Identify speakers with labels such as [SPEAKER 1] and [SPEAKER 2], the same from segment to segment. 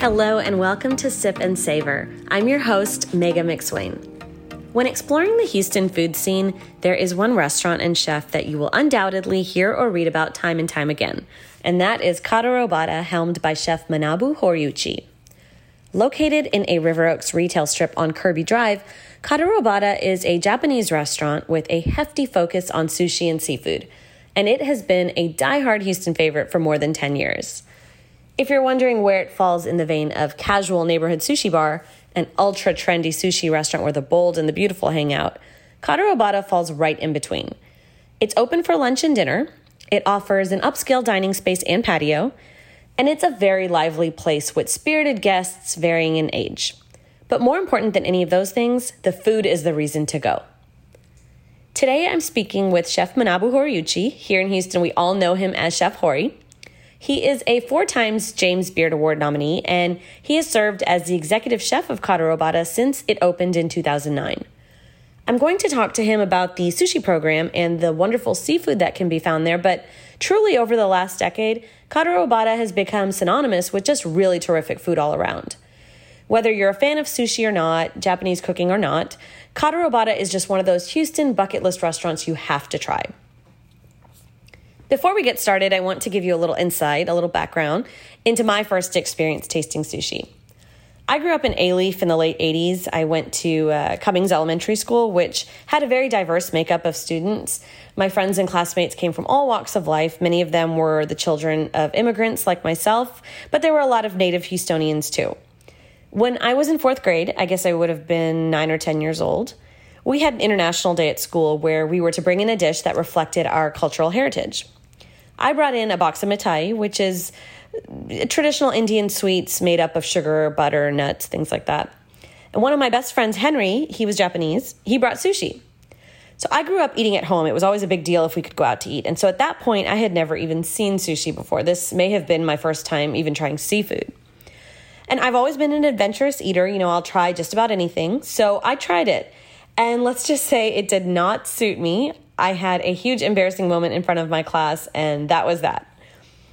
[SPEAKER 1] Hello, and welcome to Sip and Savor. I'm your host, Mega McSwain. When exploring the Houston food scene, there is one restaurant and chef that you will undoubtedly hear or read about time and time again, and that is Kata Robata, helmed by chef Manabu Horiuchi. Located in a River Oaks retail strip on Kirby Drive, Kata Robata is a Japanese restaurant with a hefty focus on sushi and seafood, and it has been a diehard Houston favorite for more than 10 years. If you're wondering where it falls in the vein of casual neighborhood sushi bar, an ultra trendy sushi restaurant where the bold and the beautiful hang out, Kata Robata falls right in between. It's open for lunch and dinner. It offers an upscale dining space and patio, and it's a very lively place with spirited guests varying in age. But more important than any of those things, the food is the reason to go. Today I'm speaking with Chef Manabu Horiuchi. Here in Houston, we all know him as Chef Hori. He is a four times James Beard Award nominee, and he has served as the executive chef of Kata Robata since it opened in 2009. I'm going to talk to him about the sushi program and the wonderful seafood that can be found there, but truly over the last decade, Kata Robata has become synonymous with just really terrific food all around. Whether you're a fan of sushi or not, Japanese cooking or not, Kata Robata is just one of those Houston bucket list restaurants you have to try. Before we get started, I want to give you a little insight, a little background into my first experience tasting sushi. I grew up in Ayleaf in the late 80s. I went to uh, Cummings Elementary School, which had a very diverse makeup of students. My friends and classmates came from all walks of life. Many of them were the children of immigrants like myself, but there were a lot of native Houstonians too. When I was in fourth grade, I guess I would have been nine or 10 years old, we had an international day at school where we were to bring in a dish that reflected our cultural heritage. I brought in a box of mitai, which is traditional Indian sweets made up of sugar, butter, nuts, things like that. And one of my best friends, Henry, he was Japanese, he brought sushi. So I grew up eating at home. It was always a big deal if we could go out to eat. And so at that point, I had never even seen sushi before. This may have been my first time even trying seafood. And I've always been an adventurous eater. You know, I'll try just about anything. So I tried it. And let's just say it did not suit me. I had a huge embarrassing moment in front of my class, and that was that.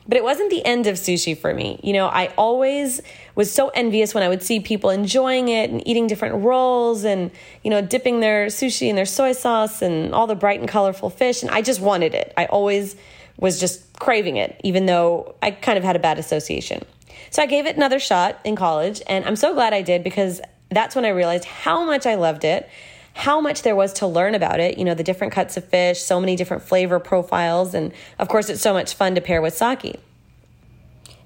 [SPEAKER 1] But it wasn't the end of sushi for me. You know, I always was so envious when I would see people enjoying it and eating different rolls and, you know, dipping their sushi in their soy sauce and all the bright and colorful fish. And I just wanted it. I always was just craving it, even though I kind of had a bad association. So I gave it another shot in college. And I'm so glad I did because that's when I realized how much I loved it. How much there was to learn about it, you know, the different cuts of fish, so many different flavor profiles, and of course, it's so much fun to pair with sake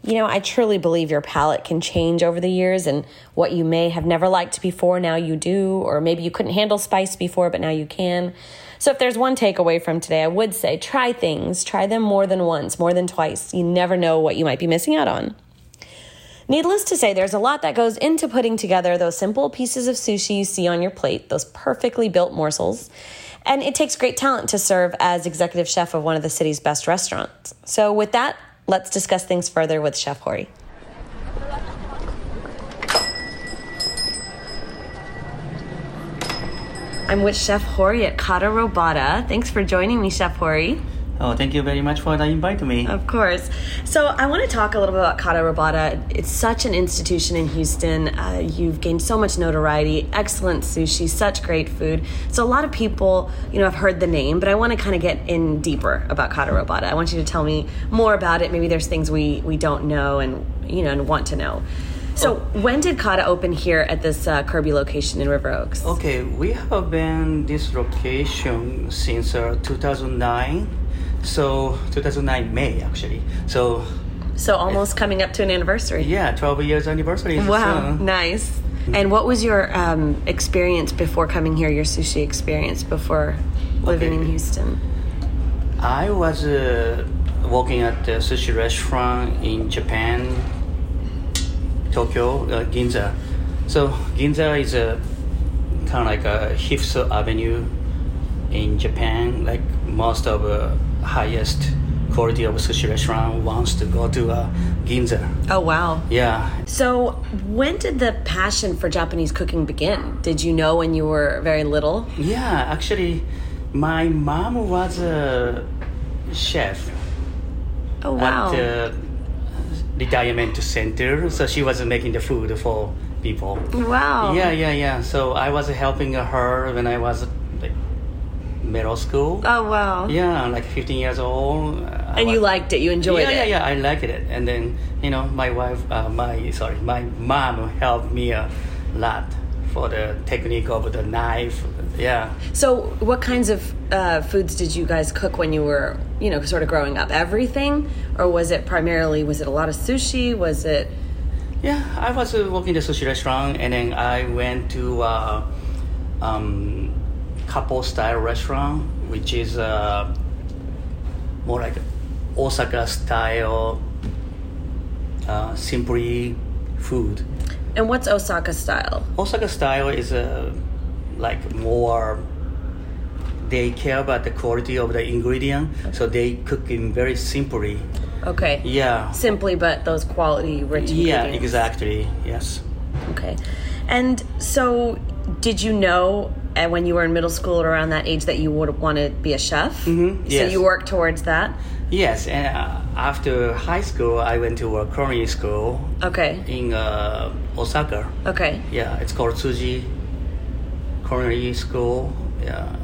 [SPEAKER 1] you know, I truly believe your palate can change over the years, and what you may have never liked before, now you do, or maybe you couldn't handle spice before, but now you can. So, if there's one takeaway from today, I would say try things, try them more than once, more than twice. You never know what you might be missing out on. Needless to say, there's a lot that goes into putting together those simple pieces of sushi you see on your plate, those perfectly built morsels. And it takes great talent to serve as executive chef of one of the city's best restaurants. So, with that, let's discuss things further with Chef Hori. I'm with Chef Hori at Kata Robata. Thanks for joining me, Chef Hori.
[SPEAKER 2] Oh, thank you very much for the invite to me.
[SPEAKER 1] Of course. So I want to talk a little bit about Kata Robata. It's such an institution in Houston. Uh, you've gained so much notoriety, excellent sushi, such great food. So a lot of people, you know, have heard the name, but I want to kind of get in deeper about Kata Robata. I want you to tell me more about it. Maybe there's things we we don't know and you know and want to know. So when did Kata open here at this uh, Kirby location in River Oaks?
[SPEAKER 2] Okay, we have been this location since uh, 2009. So 2009 May actually. So
[SPEAKER 1] So almost coming up to an anniversary.
[SPEAKER 2] yeah, 12 years anniversary. is
[SPEAKER 1] Wow,
[SPEAKER 2] soon.
[SPEAKER 1] nice. And what was your um, experience before coming here? Your sushi experience before living
[SPEAKER 2] Okay.
[SPEAKER 1] in Houston?
[SPEAKER 2] I was uh, working at the sushi restaurant in Japan, Tokyo, uh, Ginza. So Ginza is a kind of like a Hipso Avenue in Japan. Like most of uh, highest quality of sushi restaurant wants to go to uh, Ginza.
[SPEAKER 1] Oh wow!
[SPEAKER 2] Yeah,
[SPEAKER 1] So, when did the passion for Japanese cooking begin? Did you know when you were very little?
[SPEAKER 2] Yeah, actually, my mom was a chef
[SPEAKER 1] Oh wow!
[SPEAKER 2] at uh, retirement center, so she was making the food for people.
[SPEAKER 1] Wow.
[SPEAKER 2] Yeah, yeah, yeah. So I was helping her when I was like middle school.
[SPEAKER 1] Oh wow.
[SPEAKER 2] Yeah, like 15 years old. I
[SPEAKER 1] And you
[SPEAKER 2] was-
[SPEAKER 1] liked it. You enjoyed
[SPEAKER 2] yeah,
[SPEAKER 1] it.
[SPEAKER 2] yeah, yeah. I liked it, and then you know, my wife, uh, my sorry, my mom helped me a lot for the technique of the knife. Yeah,
[SPEAKER 1] So, what kinds of uh, foods did you guys cook when you were, you know, sort of growing up? Everything, or was it primarily? Was it a lot of sushi? Was it?
[SPEAKER 2] yeah. I was uh, working the sushi restaurant, and then I went to uh, um, couple style restaurant, which is uh, more like Osaka style, uh, simply food.
[SPEAKER 1] And what's Osaka style?
[SPEAKER 2] Osaka style is a like more. They care about the quality of the ingredient, so they cook in very simply.
[SPEAKER 1] Okay.
[SPEAKER 2] Yeah.
[SPEAKER 1] Simply, but those quality rich.
[SPEAKER 2] Yeah,
[SPEAKER 1] ingredients.
[SPEAKER 2] exactly. Yes.
[SPEAKER 1] Okay. And so, did you know uh, when you were in middle school or around that age that you would want to be a chef? Mm-hmm.
[SPEAKER 2] yes.
[SPEAKER 1] So you worked towards that.
[SPEAKER 2] Yes, and uh, after high school, I went to a culinary school
[SPEAKER 1] Okay.
[SPEAKER 2] in uh, Osaka.
[SPEAKER 1] Okay.
[SPEAKER 2] Yeah, it's called Tsuji Culinary School. Yeah,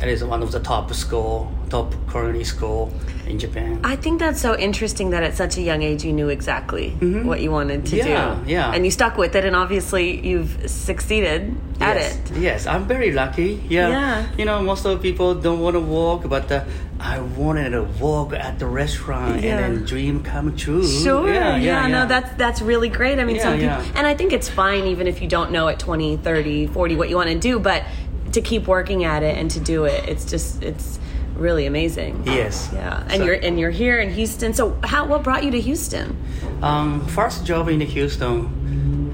[SPEAKER 2] it is one of the top school, top culinary school in Japan.
[SPEAKER 1] I think that's so interesting that at such a young age you knew exactly what you wanted to
[SPEAKER 2] Mm-hmm. Yeah,
[SPEAKER 1] do.
[SPEAKER 2] yeah.
[SPEAKER 1] And you stuck with it, and obviously you've succeeded at
[SPEAKER 2] yes.
[SPEAKER 1] it.
[SPEAKER 2] Yes, I'm very lucky. Yeah.
[SPEAKER 1] Yeah.
[SPEAKER 2] You know, most of the people don't want to walk, but uh, I wanted to walk at the restaurant
[SPEAKER 1] Yeah.
[SPEAKER 2] and then dream come true.
[SPEAKER 1] Sure.
[SPEAKER 2] Yeah, yeah,
[SPEAKER 1] no,
[SPEAKER 2] yeah.
[SPEAKER 1] that's that's really great. I mean,
[SPEAKER 2] Yeah,
[SPEAKER 1] some people,
[SPEAKER 2] yeah.
[SPEAKER 1] and I think it's fine even if you don't know at 20, 30, 40 what you want to do, but to keep working at it and to do it, it's just it's really amazing.
[SPEAKER 2] Yes.
[SPEAKER 1] Yeah. And
[SPEAKER 2] So-
[SPEAKER 1] you're and you're here in Houston. So how what brought you to Houston?
[SPEAKER 2] Um, first job in Houston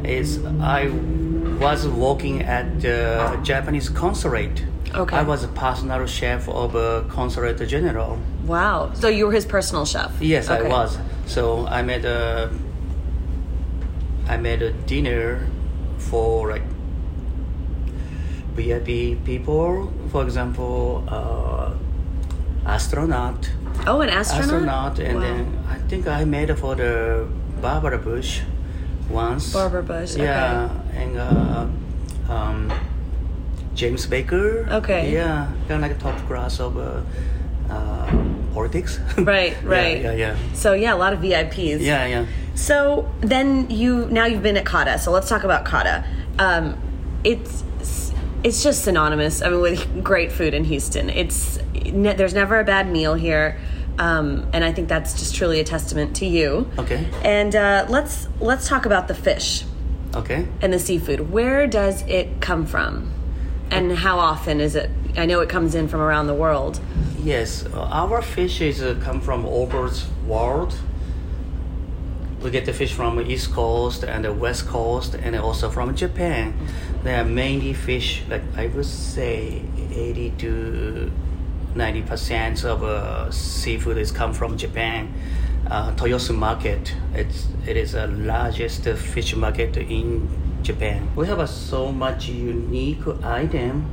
[SPEAKER 2] is I was working at the Japanese consulate.
[SPEAKER 1] Okay.
[SPEAKER 2] I was a personal chef of a consulate general.
[SPEAKER 1] Wow. So you were his personal chef.
[SPEAKER 2] Yes, I
[SPEAKER 1] Okay.
[SPEAKER 2] was. So I made a I made a dinner for like VIP people, for example, uh, astronaut,
[SPEAKER 1] Oh, an astronaut.
[SPEAKER 2] and
[SPEAKER 1] Wow.
[SPEAKER 2] then I think I made for the Barbara Bush once.
[SPEAKER 1] Barbara Bush,
[SPEAKER 2] Yeah, and uh, um, James Baker.
[SPEAKER 1] Okay.
[SPEAKER 2] Yeah, kind of like a top class of uh, uh, politics.
[SPEAKER 1] Right,
[SPEAKER 2] Yeah,
[SPEAKER 1] right.
[SPEAKER 2] yeah, yeah.
[SPEAKER 1] So yeah, a lot of VIPs.
[SPEAKER 2] Yeah, yeah.
[SPEAKER 1] So then you now you've been at Kata. So let's talk about Kata. Um, it's it's just synonymous. I mean, with great food in Houston, it's ne- there's never a bad meal here, um, and I think that's just truly a testament to you.
[SPEAKER 2] Okay.
[SPEAKER 1] And uh, let's let's talk about the fish
[SPEAKER 2] Okay.
[SPEAKER 1] and the seafood. Where does it come from, and how often is it? I know it comes in from around the world.
[SPEAKER 2] Yes, uh, our fish is uh, come from over world. We get the fish from the East Coast and the West Coast, and also from Japan. They are mainly fish, like I would say, eighty to ninety percent of uh, seafood is come from Japan. Uh, Toyosu Market, it's it is the largest uh, fish market in Japan. We have uh, so much unique item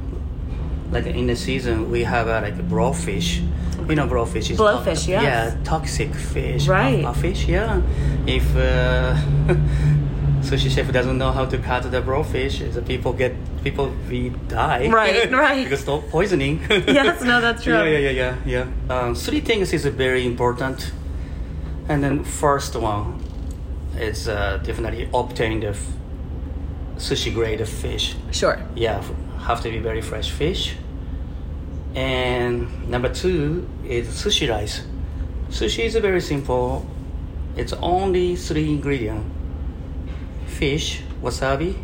[SPEAKER 2] like in the season we have uh, like blowfish you know blowfish is
[SPEAKER 1] Blowfish, yes.
[SPEAKER 2] yeah toxic fish
[SPEAKER 1] Right.
[SPEAKER 2] puff- fish yeah if uh, sushi chef doesn't know how to cut the blowfish the people get people we die
[SPEAKER 1] Right, right.
[SPEAKER 2] because of poisoning
[SPEAKER 1] Yes, no, that's true.
[SPEAKER 2] yeah yeah yeah yeah yeah um, three things is very important and then first one is uh, definitely obtain the f- sushi grade fish
[SPEAKER 1] Sure.
[SPEAKER 2] yeah, f- have to be very fresh fish. And number two is sushi rice. Sushi is very simple. It's only three ingredient: fish, wasabi,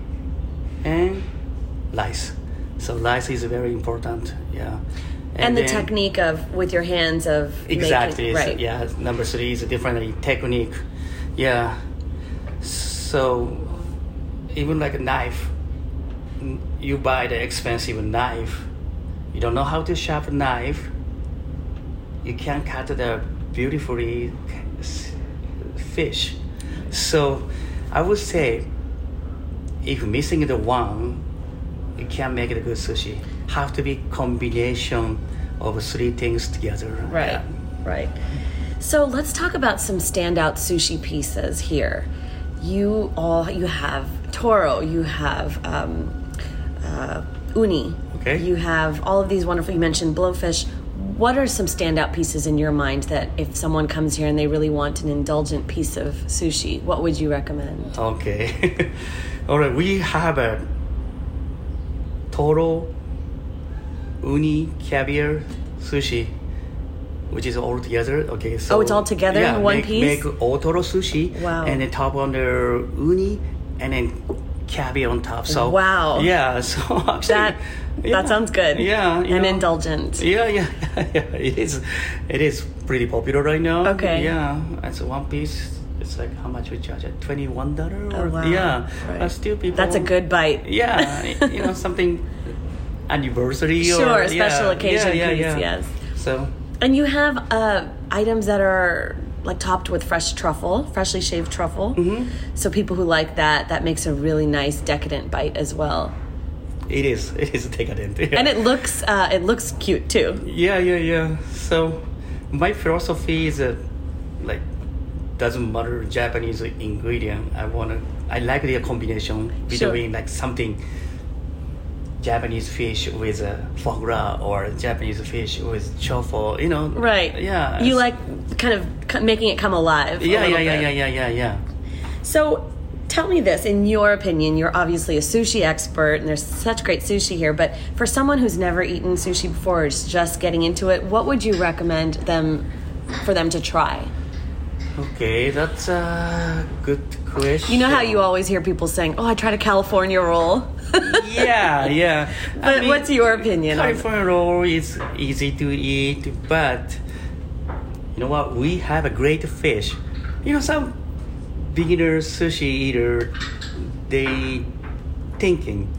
[SPEAKER 2] and rice. So rice is very important. Yeah.
[SPEAKER 1] and, the
[SPEAKER 2] then-
[SPEAKER 1] technique of with your hands of making-
[SPEAKER 2] Exactly. so
[SPEAKER 1] right
[SPEAKER 2] Yeah. Number three is a different technique. Yeah. So even like a knife, n- you buy the expensive knife. You don't know how to sharp knife. You can't cut the beautifully s- fish. So I would say if missing the one, you can't make it a good sushi. Have to be combination of three things together.
[SPEAKER 1] right
[SPEAKER 2] Yeah.
[SPEAKER 1] right So let's talk about some standout sushi pieces here. You all, you have toro, you have um, uh, uni,
[SPEAKER 2] Okay.
[SPEAKER 1] you have all of these wonderful. You mentioned blowfish. What are some standout pieces in your mind that if someone comes here and they really want an indulgent piece of sushi, what would you recommend?
[SPEAKER 2] Okay. All right, we have a toro uni caviar sushi, which is all together. Okay, so
[SPEAKER 1] Oh, it's all together in
[SPEAKER 2] yeah,
[SPEAKER 1] one
[SPEAKER 2] make,
[SPEAKER 1] piece?
[SPEAKER 2] Make all toro sushi,
[SPEAKER 1] Wow.
[SPEAKER 2] and then top on the uni, and then caviar on top. So
[SPEAKER 1] Wow.
[SPEAKER 2] yeah. So actually,
[SPEAKER 1] That
[SPEAKER 2] yeah,
[SPEAKER 1] that sounds good.
[SPEAKER 2] Yeah, you
[SPEAKER 1] and
[SPEAKER 2] know.
[SPEAKER 1] indulgent.
[SPEAKER 2] Yeah, yeah, yeah. It is. It is pretty popular right now.
[SPEAKER 1] Okay.
[SPEAKER 2] Yeah, it's a one piece. It's like how much we charge it? Twenty one dollar.
[SPEAKER 1] Oh, wow.
[SPEAKER 2] Yeah,
[SPEAKER 1] Right.
[SPEAKER 2] but still people.
[SPEAKER 1] That's a good bite.
[SPEAKER 2] Yeah, you know something anniversary
[SPEAKER 1] Sure,
[SPEAKER 2] or yeah,
[SPEAKER 1] special occasion
[SPEAKER 2] yeah, yeah,
[SPEAKER 1] piece,
[SPEAKER 2] yeah.
[SPEAKER 1] yes.
[SPEAKER 2] So
[SPEAKER 1] And you have uh, items that are like topped with fresh truffle, freshly shaved truffle.
[SPEAKER 2] Mm-hmm.
[SPEAKER 1] So people who like that, that makes a really nice decadent bite as well.
[SPEAKER 2] it is. It is decadent. Yeah.
[SPEAKER 1] And it looks uh, it looks cute too.
[SPEAKER 2] Yeah, yeah, yeah. So my philosophy is uh, like doesn't matter Japanese ingredient. I wanna I like the combination
[SPEAKER 1] Sure.
[SPEAKER 2] between like something Japanese fish with a foie gras or Japanese fish with truffle. You know.
[SPEAKER 1] Right.
[SPEAKER 2] Yeah.
[SPEAKER 1] You
[SPEAKER 2] it's-
[SPEAKER 1] like kind of c- making it come alive. a
[SPEAKER 2] Yeah,
[SPEAKER 1] little
[SPEAKER 2] yeah, yeah,
[SPEAKER 1] bit.
[SPEAKER 2] yeah, yeah, yeah, yeah.
[SPEAKER 1] So tell me this in your opinion you're obviously a sushi expert and there's such great sushi here but for someone who's never eaten sushi before or is just getting into it what would you recommend them for them to try
[SPEAKER 2] Okay, that's a good question.
[SPEAKER 1] You know how you always hear people saying, "Oh, I tried a California roll."
[SPEAKER 2] yeah, yeah.
[SPEAKER 1] But what's your opinion on it?
[SPEAKER 2] California roll is easy to eat, but you know what? We have a great fish. You know, some beginner sushi eater, they thinking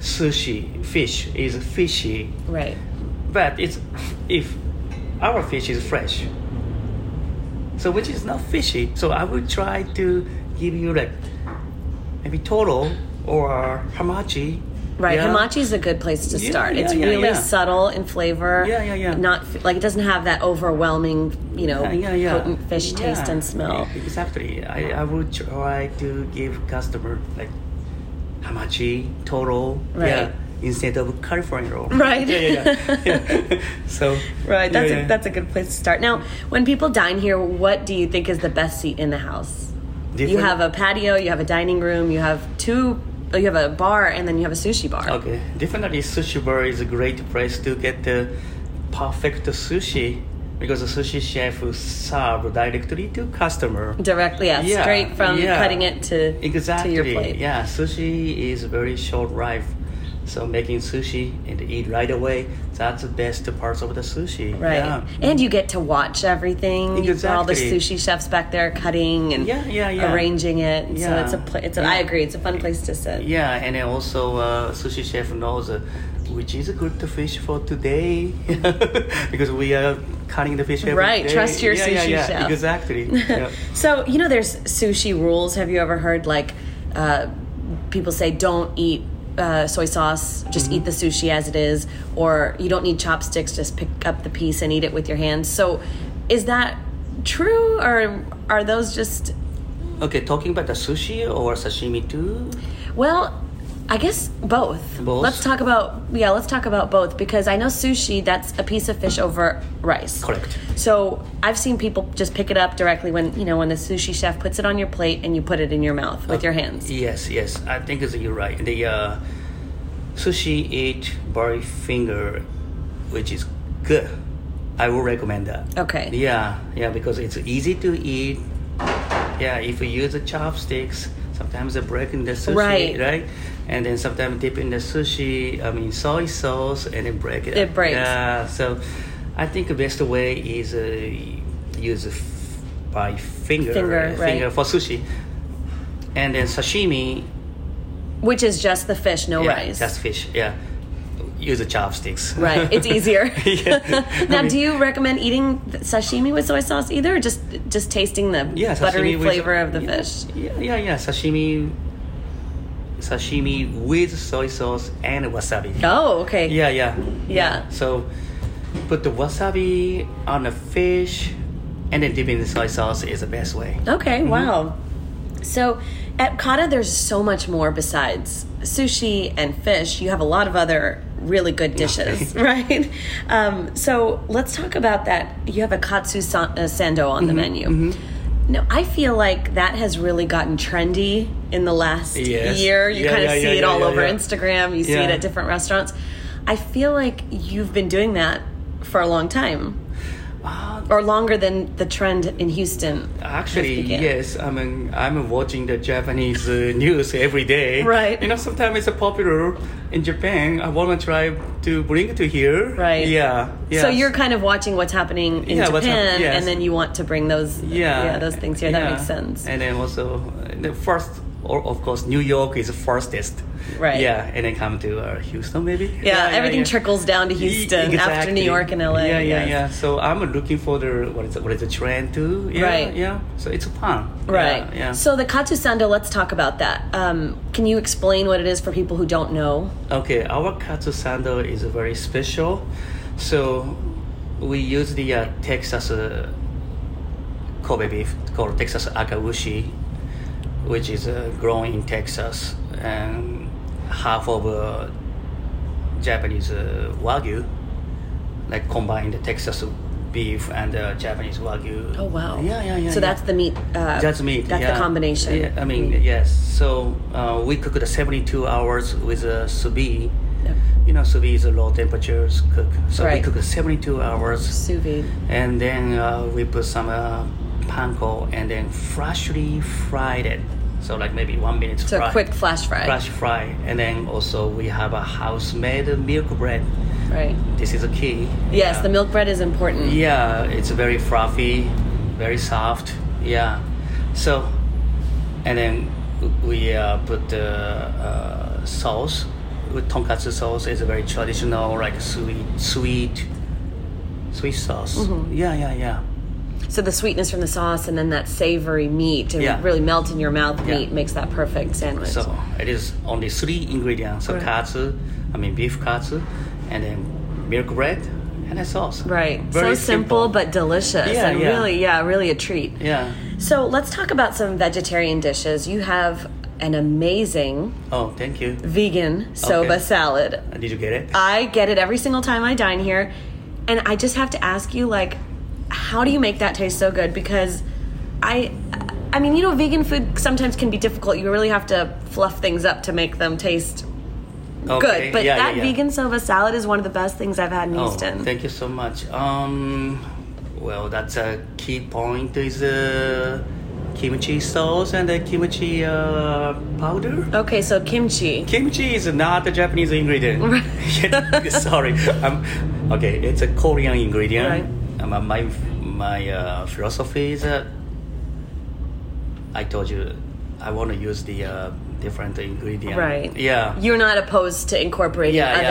[SPEAKER 2] sushi fish is fishy,
[SPEAKER 1] right.
[SPEAKER 2] but it's if our fish is fresh, so which is not fishy. So I will try to give you like maybe toro or hamachi.
[SPEAKER 1] Right.
[SPEAKER 2] Yeah.
[SPEAKER 1] Hamachi is a good place to
[SPEAKER 2] Yeah,
[SPEAKER 1] start.
[SPEAKER 2] yeah,
[SPEAKER 1] it's
[SPEAKER 2] yeah,
[SPEAKER 1] really
[SPEAKER 2] yeah.
[SPEAKER 1] subtle in flavor.
[SPEAKER 2] Yeah, yeah, yeah.
[SPEAKER 1] Not f- like it doesn't have that overwhelming, you know,
[SPEAKER 2] Yeah, yeah, yeah.
[SPEAKER 1] potent fish taste
[SPEAKER 2] Yeah,
[SPEAKER 1] and smell.
[SPEAKER 2] e- Exactly. I, I would try to give customer like hamachi, toro,
[SPEAKER 1] Right.
[SPEAKER 2] yeah, instead of California roll.
[SPEAKER 1] Right.
[SPEAKER 2] Yeah, yeah, yeah. yeah. so.
[SPEAKER 1] Right. That's
[SPEAKER 2] yeah,
[SPEAKER 1] a,
[SPEAKER 2] yeah.
[SPEAKER 1] that's a good place to start. Now, when people dine here, what do you think is the best seat in the house? You
[SPEAKER 2] Different-
[SPEAKER 1] have a patio, you have a dining room, you have two, oh, you have a bar, and then you have a sushi bar.
[SPEAKER 2] Okay, definitely sushi bar is a great place to get the perfect sushi because the sushi chef will serve directly to customer.
[SPEAKER 1] Directly, yes,
[SPEAKER 2] Yeah,
[SPEAKER 1] straight from
[SPEAKER 2] yeah.
[SPEAKER 1] cutting it to to
[SPEAKER 2] Exactly.
[SPEAKER 1] your plate.
[SPEAKER 2] Yeah, sushi is very short life. So making sushi and eat right away, that's the best parts of the sushi.
[SPEAKER 1] Right.
[SPEAKER 2] Yeah.
[SPEAKER 1] And you get to watch everything. You've got all the
[SPEAKER 2] Exactly.
[SPEAKER 1] sushi chefs back there cutting and
[SPEAKER 2] Yeah, yeah, yeah.
[SPEAKER 1] arranging it. So
[SPEAKER 2] Yeah.
[SPEAKER 1] it's a pla- it's a,
[SPEAKER 2] Yeah.
[SPEAKER 1] I agree, it's a fun place to sit.
[SPEAKER 2] Yeah, and then also uh, sushi chef knows uh, which is a good fish for today because we are cutting the fish every
[SPEAKER 1] Right,
[SPEAKER 2] day.
[SPEAKER 1] trust your
[SPEAKER 2] yeah, yeah,
[SPEAKER 1] sushi
[SPEAKER 2] yeah,
[SPEAKER 1] chef.
[SPEAKER 2] Exactly. Yeah.
[SPEAKER 1] So, you know there's sushi rules. Have you ever heard like uh, people say don't eat uh, soy sauce, just
[SPEAKER 2] Mm-hmm.
[SPEAKER 1] eat the sushi as it is, or you don't need chopsticks, just pick up the piece and eat it with your hands. So, is that true or are those just
[SPEAKER 2] Okay, talking about the sushi or sashimi too.
[SPEAKER 1] Well, I guess both.
[SPEAKER 2] Both?
[SPEAKER 1] Let's talk about yeah, let's talk about both because I know sushi that's a piece of fish over rice.
[SPEAKER 2] Correct.
[SPEAKER 1] So, I've seen people just pick it up directly when, you know, when the sushi chef puts it on your plate and you put it in your mouth with your
[SPEAKER 2] Uh,
[SPEAKER 1] hands.
[SPEAKER 2] Yes, yes. I think is- you're right. The uh, sushi eat by finger, which is good. I will recommend that.
[SPEAKER 1] Okay.
[SPEAKER 2] Yeah, yeah, because it's easy to eat. Yeah, if you use the chopsticks, sometimes they break in the sushi,
[SPEAKER 1] Right.
[SPEAKER 2] right? And then sometimes dip in the sushi, I mean soy sauce, and then break it.
[SPEAKER 1] It
[SPEAKER 2] up.
[SPEAKER 1] breaks.
[SPEAKER 2] Yeah, so I think the best way is uh, use f- by finger, uh,
[SPEAKER 1] Finger, right.
[SPEAKER 2] finger for sushi, and then sashimi.
[SPEAKER 1] Which is just the fish, no
[SPEAKER 2] yeah,
[SPEAKER 1] rice.
[SPEAKER 2] That's fish. Yeah, use the chopsticks.
[SPEAKER 1] right. It's easier.
[SPEAKER 2] Yeah.
[SPEAKER 1] now,
[SPEAKER 2] I mean-
[SPEAKER 1] do you recommend eating sashimi with soy sauce either or just just tasting the
[SPEAKER 2] yeah,
[SPEAKER 1] buttery
[SPEAKER 2] sashimi with-
[SPEAKER 1] flavor of the
[SPEAKER 2] yeah,
[SPEAKER 1] fish?
[SPEAKER 2] Yeah, yeah, yeah. Sashimi, sashimi with soy sauce and wasabi.
[SPEAKER 1] Oh, okay.
[SPEAKER 2] Yeah, yeah,
[SPEAKER 1] Yeah.
[SPEAKER 2] So, put the wasabi on the fish, and then dipping the soy sauce is the best way.
[SPEAKER 1] Okay, wow. So at Kata, there's so much more besides sushi and fish. You have a lot of other really good dishes, right? Um, so let's talk about that. You have a katsu san- uh, sando on
[SPEAKER 2] Mm-hmm.
[SPEAKER 1] the menu. Now, I feel like that has really gotten trendy in the last
[SPEAKER 2] Yes.
[SPEAKER 1] year. You
[SPEAKER 2] Yeah,
[SPEAKER 1] kind of
[SPEAKER 2] yeah,
[SPEAKER 1] see
[SPEAKER 2] yeah,
[SPEAKER 1] it
[SPEAKER 2] yeah,
[SPEAKER 1] all
[SPEAKER 2] yeah,
[SPEAKER 1] over
[SPEAKER 2] yeah.
[SPEAKER 1] Instagram, you see it
[SPEAKER 2] Yeah.
[SPEAKER 1] at different restaurants. I feel like you've been doing that for a long time. or longer than the trend in Houston.
[SPEAKER 2] Uh, Actually,
[SPEAKER 1] began.
[SPEAKER 2] yes. I mean, I'm watching the Japanese uh, news every day.
[SPEAKER 1] Right.
[SPEAKER 2] You know, sometimes it's popular in Japan. I want to try to bring it to here.
[SPEAKER 1] Right.
[SPEAKER 2] Yeah. yeah.
[SPEAKER 1] So you're kind of watching what's happening in
[SPEAKER 2] Yeah,
[SPEAKER 1] Japan,
[SPEAKER 2] what's hap- yes.
[SPEAKER 1] and then you want to bring those
[SPEAKER 2] Yeah.
[SPEAKER 1] those things here.
[SPEAKER 2] Yeah.
[SPEAKER 1] That makes sense.
[SPEAKER 2] And then also uh, the first, or of course, New York is the fastest.
[SPEAKER 1] Right.
[SPEAKER 2] Yeah, and then come to uh, Houston maybe.
[SPEAKER 1] yeah, everything trickles down to
[SPEAKER 2] E-
[SPEAKER 1] Houston after New
[SPEAKER 2] exactly.
[SPEAKER 1] York and LA.
[SPEAKER 2] Yeah, yeah,
[SPEAKER 1] yes.
[SPEAKER 2] yeah. So I'm looking for the what is it, what is the trend too? Yeah,
[SPEAKER 1] Right.
[SPEAKER 2] Yeah. So it's fun.
[SPEAKER 1] Right.
[SPEAKER 2] Yeah. yeah.
[SPEAKER 1] So the katsu sando, let's talk about that. Um, can you explain what it is for people who don't know?
[SPEAKER 2] Okay, our katsu sando is very special. So we use the uh, Texas uh, Kobe beef called Texas Akawushi, which is uh, grown in Texas, and half of uh, Japanese uh, wagyu, like combine the Texas beef and uh, Japanese wagyu.
[SPEAKER 1] Oh wow.
[SPEAKER 2] Yeah, yeah, yeah.
[SPEAKER 1] So
[SPEAKER 2] yeah.
[SPEAKER 1] that's the meat. Uh,
[SPEAKER 2] That's meat.
[SPEAKER 1] That's
[SPEAKER 2] yeah.
[SPEAKER 1] the combination. Mm.
[SPEAKER 2] Yeah, I mean, yes. So uh, we cook it 72 hours with a sous vide.
[SPEAKER 1] Yeah.
[SPEAKER 2] You know, sous vide is a low temperatures cook. So
[SPEAKER 1] Right.
[SPEAKER 2] we cook it 72 hours,
[SPEAKER 1] Sous vide.
[SPEAKER 2] and then uh, we put some uh, panko, and then freshly fried it. So like maybe one minute.
[SPEAKER 1] So
[SPEAKER 2] fry.
[SPEAKER 1] quick flash fry.
[SPEAKER 2] Flash fry, and then also we have a house-made milk bread.
[SPEAKER 1] Right.
[SPEAKER 2] This is a key.
[SPEAKER 1] Yes,
[SPEAKER 2] Yeah.
[SPEAKER 1] the milk bread is important.
[SPEAKER 2] Yeah, it's very frothy, very soft. Yeah. So, and then we uh, put the uh, sauce. With tonkatsu sauce is a very traditional, like sweet, sweet, sweet sauce.
[SPEAKER 1] Mm-hmm.
[SPEAKER 2] Yeah, yeah, yeah.
[SPEAKER 1] So the sweetness from the sauce and then that savory meat and
[SPEAKER 2] Yeah.
[SPEAKER 1] really melt in your mouth
[SPEAKER 2] Yeah.
[SPEAKER 1] meat makes that perfect sandwich.
[SPEAKER 2] So it is only three ingredients: so
[SPEAKER 1] Right.
[SPEAKER 2] katsu, I mean beef katsu, and then milk bread and a sauce.
[SPEAKER 1] right. so
[SPEAKER 2] Very
[SPEAKER 1] simple, but delicious
[SPEAKER 2] Yeah,
[SPEAKER 1] and
[SPEAKER 2] yeah.
[SPEAKER 1] really yeah, really a treat.
[SPEAKER 2] yeah.
[SPEAKER 1] So let's talk about some vegetarian dishes. You have an amazing
[SPEAKER 2] Oh, thank you.
[SPEAKER 1] vegan soba
[SPEAKER 2] Okay.
[SPEAKER 1] salad.
[SPEAKER 2] Did you get it?
[SPEAKER 1] I get it every single time I dine here. And I just have to ask you, like, how do you make that taste so good? Because I, I mean, you know, vegan food sometimes can be difficult. You really have to fluff things up to make them taste
[SPEAKER 2] Okay,
[SPEAKER 1] Uh, good. But
[SPEAKER 2] yeah, yeah,
[SPEAKER 1] that
[SPEAKER 2] yeah.
[SPEAKER 1] vegan soba salad is one of the best things I've had in Houston.
[SPEAKER 2] Oh, thank you so much. Um, well, that's a key point is uh, kimchi sauce and the kimchi uh, powder.
[SPEAKER 1] okay, so kimchi.
[SPEAKER 2] Kimchi is not a Japanese ingredient.
[SPEAKER 1] Right.
[SPEAKER 2] Sorry. Um, okay, it's a Korean ingredient.
[SPEAKER 1] Right.
[SPEAKER 2] Um, uh, my my uh, philosophy is that I told you I want to use the uh, different ingredient.
[SPEAKER 1] Right.
[SPEAKER 2] Yeah
[SPEAKER 1] You're not opposed to incorporating other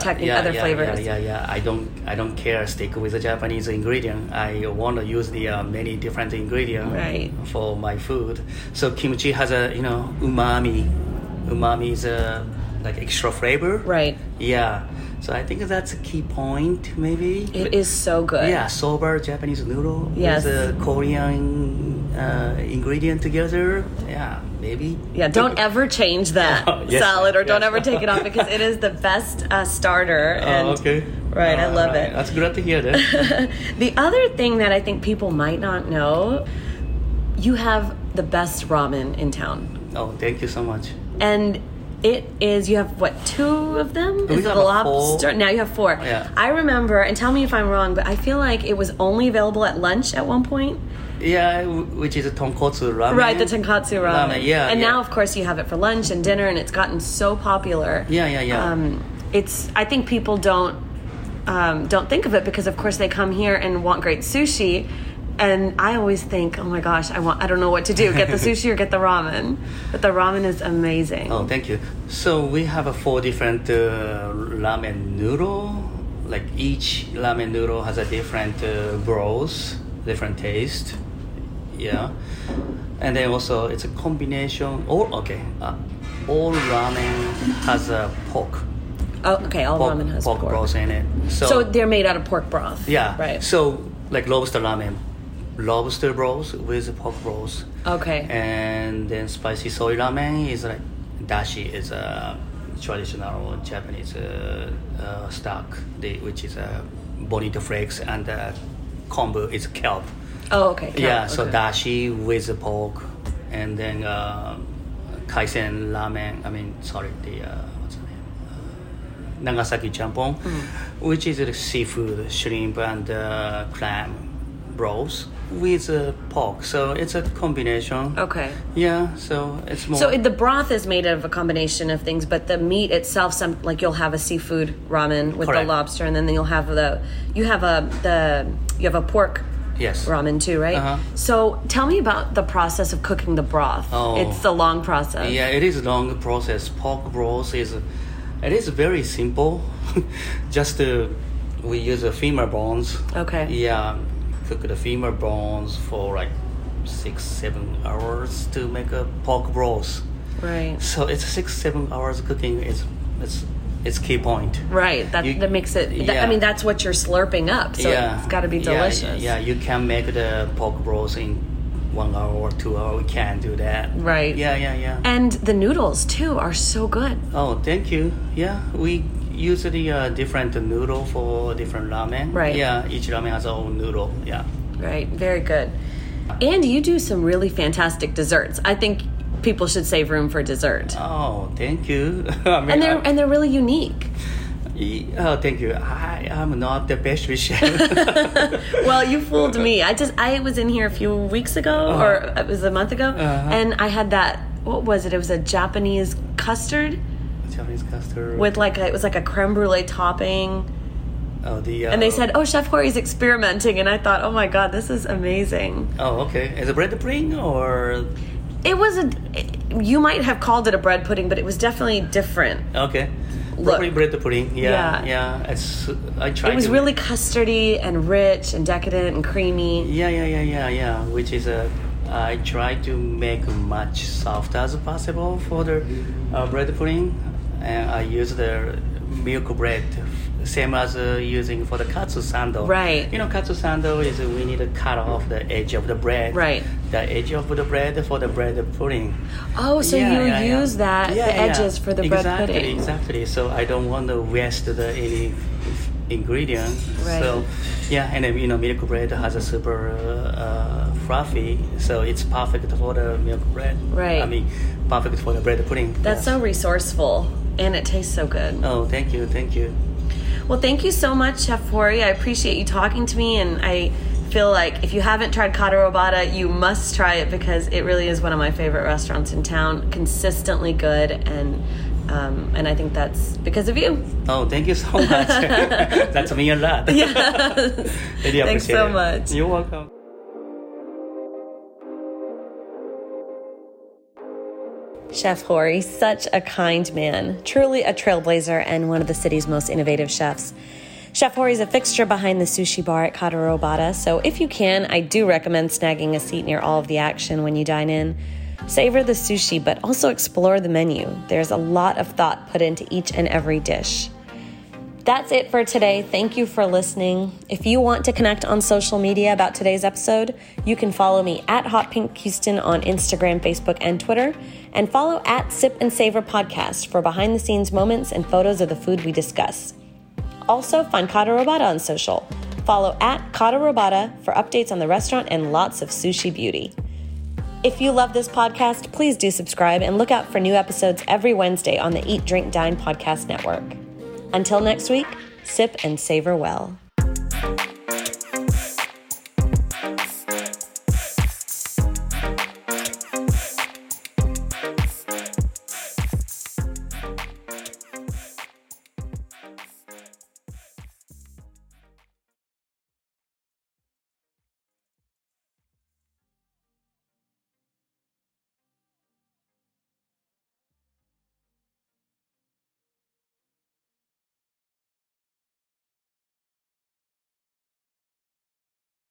[SPEAKER 1] techni- other
[SPEAKER 2] yeah,
[SPEAKER 1] flavors.
[SPEAKER 2] Yeah, yeah, yeah. I don't, I don't care. Stick with the Japanese ingredient. I want to use the uh, many different ingredient
[SPEAKER 1] Right.
[SPEAKER 2] for my food. So kimchi has a, you know, umami. Umami is a like extra flavor.
[SPEAKER 1] Right.
[SPEAKER 2] Yeah. So I think that's a key point, maybe.
[SPEAKER 1] It is so good.
[SPEAKER 2] Yeah, soba Japanese noodle
[SPEAKER 1] Yes.
[SPEAKER 2] with a Korean uh, ingredient together. Yeah, maybe.
[SPEAKER 1] Yeah, don't ever change that
[SPEAKER 2] Oh, yes.
[SPEAKER 1] salad or don't
[SPEAKER 2] Yes.
[SPEAKER 1] ever take it off because it is the best uh, starter. And
[SPEAKER 2] Oh, okay.
[SPEAKER 1] Right, I
[SPEAKER 2] All
[SPEAKER 1] love
[SPEAKER 2] right.
[SPEAKER 1] it.
[SPEAKER 2] That's good to hear. That.
[SPEAKER 1] The other thing that I think people might not know, you have the best ramen in town.
[SPEAKER 2] Oh, thank you so much.
[SPEAKER 1] And it is you have what two of them?
[SPEAKER 2] We
[SPEAKER 1] Is it
[SPEAKER 2] have
[SPEAKER 1] the
[SPEAKER 2] a full-
[SPEAKER 1] lobster? Now you have four.
[SPEAKER 2] Yeah.
[SPEAKER 1] I remember, and tell me if I'm wrong, but I feel like it was only available at lunch at one point.
[SPEAKER 2] Mm-hmm. Yeah, wh- which is a tonkotsu ramen.
[SPEAKER 1] Right, the tenkatsu ramen.
[SPEAKER 2] Ramen, yeah,
[SPEAKER 1] And
[SPEAKER 2] yeah.
[SPEAKER 1] now, of course, you have it for lunch and dinner, and it's gotten so popular.
[SPEAKER 2] Yeah, yeah, yeah.
[SPEAKER 1] Um, it's. I think people don't um, don't think of it because, of course, they come here and want great sushi, and I always think, oh my gosh, I want. I don't know what to do. Get the sushi or get the ramen. But the ramen is amazing.
[SPEAKER 2] oh, thank you. So we have a four different uh, ramen noodle. Like each ramen noodle has a different uh, broth, different taste. Yeah, and then also it's a combination. Or okay, uh, all ramen has a pork.
[SPEAKER 1] Oh, okay, all
[SPEAKER 2] Pork,
[SPEAKER 1] ramen has
[SPEAKER 2] pork,
[SPEAKER 1] pork.
[SPEAKER 2] broth in it. So,
[SPEAKER 1] So they're made out of pork broth.
[SPEAKER 2] yeah,
[SPEAKER 1] Right.
[SPEAKER 2] So like lobster ramen, lobster rolls with pork rolls.
[SPEAKER 1] Okay.
[SPEAKER 2] And then spicy soy ramen is like dashi is a traditional Japanese uh, uh, stock, they, which is uh, bonito flakes and uh, kombu is kelp.
[SPEAKER 1] oh, okay. Got it.
[SPEAKER 2] yeah, so
[SPEAKER 1] Okay.
[SPEAKER 2] dashi with the pork, and then uh, kaisen ramen. I mean, sorry, the uh, what's the name? Uh, Nagasaki jampon,
[SPEAKER 1] Hmm.
[SPEAKER 2] which is the seafood, shrimp, and uh, clam rolls with uh, pork. So it's a combination.
[SPEAKER 1] Okay.
[SPEAKER 2] Yeah, so it's more.
[SPEAKER 1] So it, the broth is made out of a combination of things, but the meat itself, some like you'll have a seafood ramen with
[SPEAKER 2] Correct.
[SPEAKER 1] the lobster, and then you'll have the you have a the you have a pork
[SPEAKER 2] yes.
[SPEAKER 1] ramen too, right?
[SPEAKER 2] Uh-huh.
[SPEAKER 1] So tell me about the process of cooking the broth.
[SPEAKER 2] Oh.
[SPEAKER 1] It's the long process.
[SPEAKER 2] Yeah, it is a long process. Pork broth is, it is very simple. Just uh, we use the femur bones.
[SPEAKER 1] Okay.
[SPEAKER 2] Yeah, cook the femur bones for like six seven hours to make a pork broth.
[SPEAKER 1] Right.
[SPEAKER 2] So it's six seven hours cooking is it's it's key point.
[SPEAKER 1] Right. That
[SPEAKER 2] You-
[SPEAKER 1] that makes it. that-
[SPEAKER 2] yeah.
[SPEAKER 1] I mean, that's what you're slurping up. So it's got to be
[SPEAKER 2] Yeah,
[SPEAKER 1] delicious.
[SPEAKER 2] Yeah, you can make the pork broth in one hour or two hour. We can do that.
[SPEAKER 1] Right.
[SPEAKER 2] Yeah, yeah, yeah.
[SPEAKER 1] And the noodles too are so good.
[SPEAKER 2] Oh, thank you. Yeah, we use the uh, different noodle for different ramen.
[SPEAKER 1] Right.
[SPEAKER 2] Yeah, each ramen has own noodle. Yeah.
[SPEAKER 1] Right. Very good. And you do some really fantastic desserts. I think people should save room for dessert.
[SPEAKER 2] Oh, thank you. I mean,
[SPEAKER 1] and they're
[SPEAKER 2] I-
[SPEAKER 1] and they're really unique.
[SPEAKER 2] E- oh, thank you. I am not the pastry chef.
[SPEAKER 1] Well, you fooled me. I just I was in here a few weeks ago, or it was a month ago, and I had that. What was it? It was a Japanese custard
[SPEAKER 2] Japanese custard.
[SPEAKER 1] with like a, it was like a creme brulee topping.
[SPEAKER 2] oh, the, uh,
[SPEAKER 1] And they said, "Oh, Chef Corey's experimenting," and I thought, "Oh my God, this is amazing."
[SPEAKER 2] Oh, okay. Is it bread pudding or
[SPEAKER 1] It was a. it- you might have called it a bread pudding, but it was definitely different.
[SPEAKER 2] okay?
[SPEAKER 1] Look.
[SPEAKER 2] Probably bread pudding. Yeah,
[SPEAKER 1] Yeah.
[SPEAKER 2] yeah. It's I
[SPEAKER 1] It
[SPEAKER 2] tried.
[SPEAKER 1] was
[SPEAKER 2] to-
[SPEAKER 1] really custardy and rich and decadent and creamy.
[SPEAKER 2] Yeah, yeah, yeah, yeah, yeah. Which is a, I try to make much soft as possible for the uh, bread pudding, and I use the milk bread, same as uh, using for the katsu sando.
[SPEAKER 1] Right.
[SPEAKER 2] You know, katsu sando is uh, we need to cut off the edge of the bread.
[SPEAKER 1] Right.
[SPEAKER 2] The edge of the bread for the bread pudding.
[SPEAKER 1] Oh, so
[SPEAKER 2] Yeah,
[SPEAKER 1] you
[SPEAKER 2] yeah, yeah.
[SPEAKER 1] use that
[SPEAKER 2] Yeah,
[SPEAKER 1] the
[SPEAKER 2] yeah,
[SPEAKER 1] edges for the bread
[SPEAKER 2] exactly,
[SPEAKER 1] pudding.
[SPEAKER 2] Exactly. So I don't want to waste the any ingredient.
[SPEAKER 1] Right.
[SPEAKER 2] So yeah, and then you know milk bread has a super uh, uh, fluffy, so it's perfect for the milk bread.
[SPEAKER 1] Right.
[SPEAKER 2] I mean, perfect for the bread pudding.
[SPEAKER 1] That's so
[SPEAKER 2] Yes.
[SPEAKER 1] resourceful, and it tastes so good.
[SPEAKER 2] Oh, thank you, thank you.
[SPEAKER 1] Well, thank you so much, Chef Corey. I appreciate you talking to me, and I feel like if you haven't tried Kata Robata, you must try it because it really is one of my favorite restaurants in town. Consistently good, and um, and I think that's because of you.
[SPEAKER 2] Oh, thank you so much. That's mean a lot. Really
[SPEAKER 1] Thanks
[SPEAKER 2] appreciate
[SPEAKER 1] so
[SPEAKER 2] it.
[SPEAKER 1] much.
[SPEAKER 2] You're welcome.
[SPEAKER 1] Chef Hori, such a kind man, truly a trailblazer and one of the city's most innovative chefs. Chef Hori is a fixture behind the sushi bar at Kata Robata, so if you can, I do recommend snagging a seat near all of the action when you dine in. Savor the sushi, but also explore the menu. There's a lot of thought put into each and every dish. That's it for today. Thank you for listening. If you want to connect on social media about today's episode, you can follow me at Hot Pink Houston on Instagram, Facebook, and Twitter, and follow at Sip and Savor Podcast for behind the scenes moments and photos of the food we discuss. Also, find Kata Robata on social. Follow at Kata Robata for updates on the restaurant and lots of sushi beauty. If you love this podcast, please do subscribe and look out for new episodes every Wednesday on the Eat, Drink, Dine Podcast Network. Until next week, sip and savor well.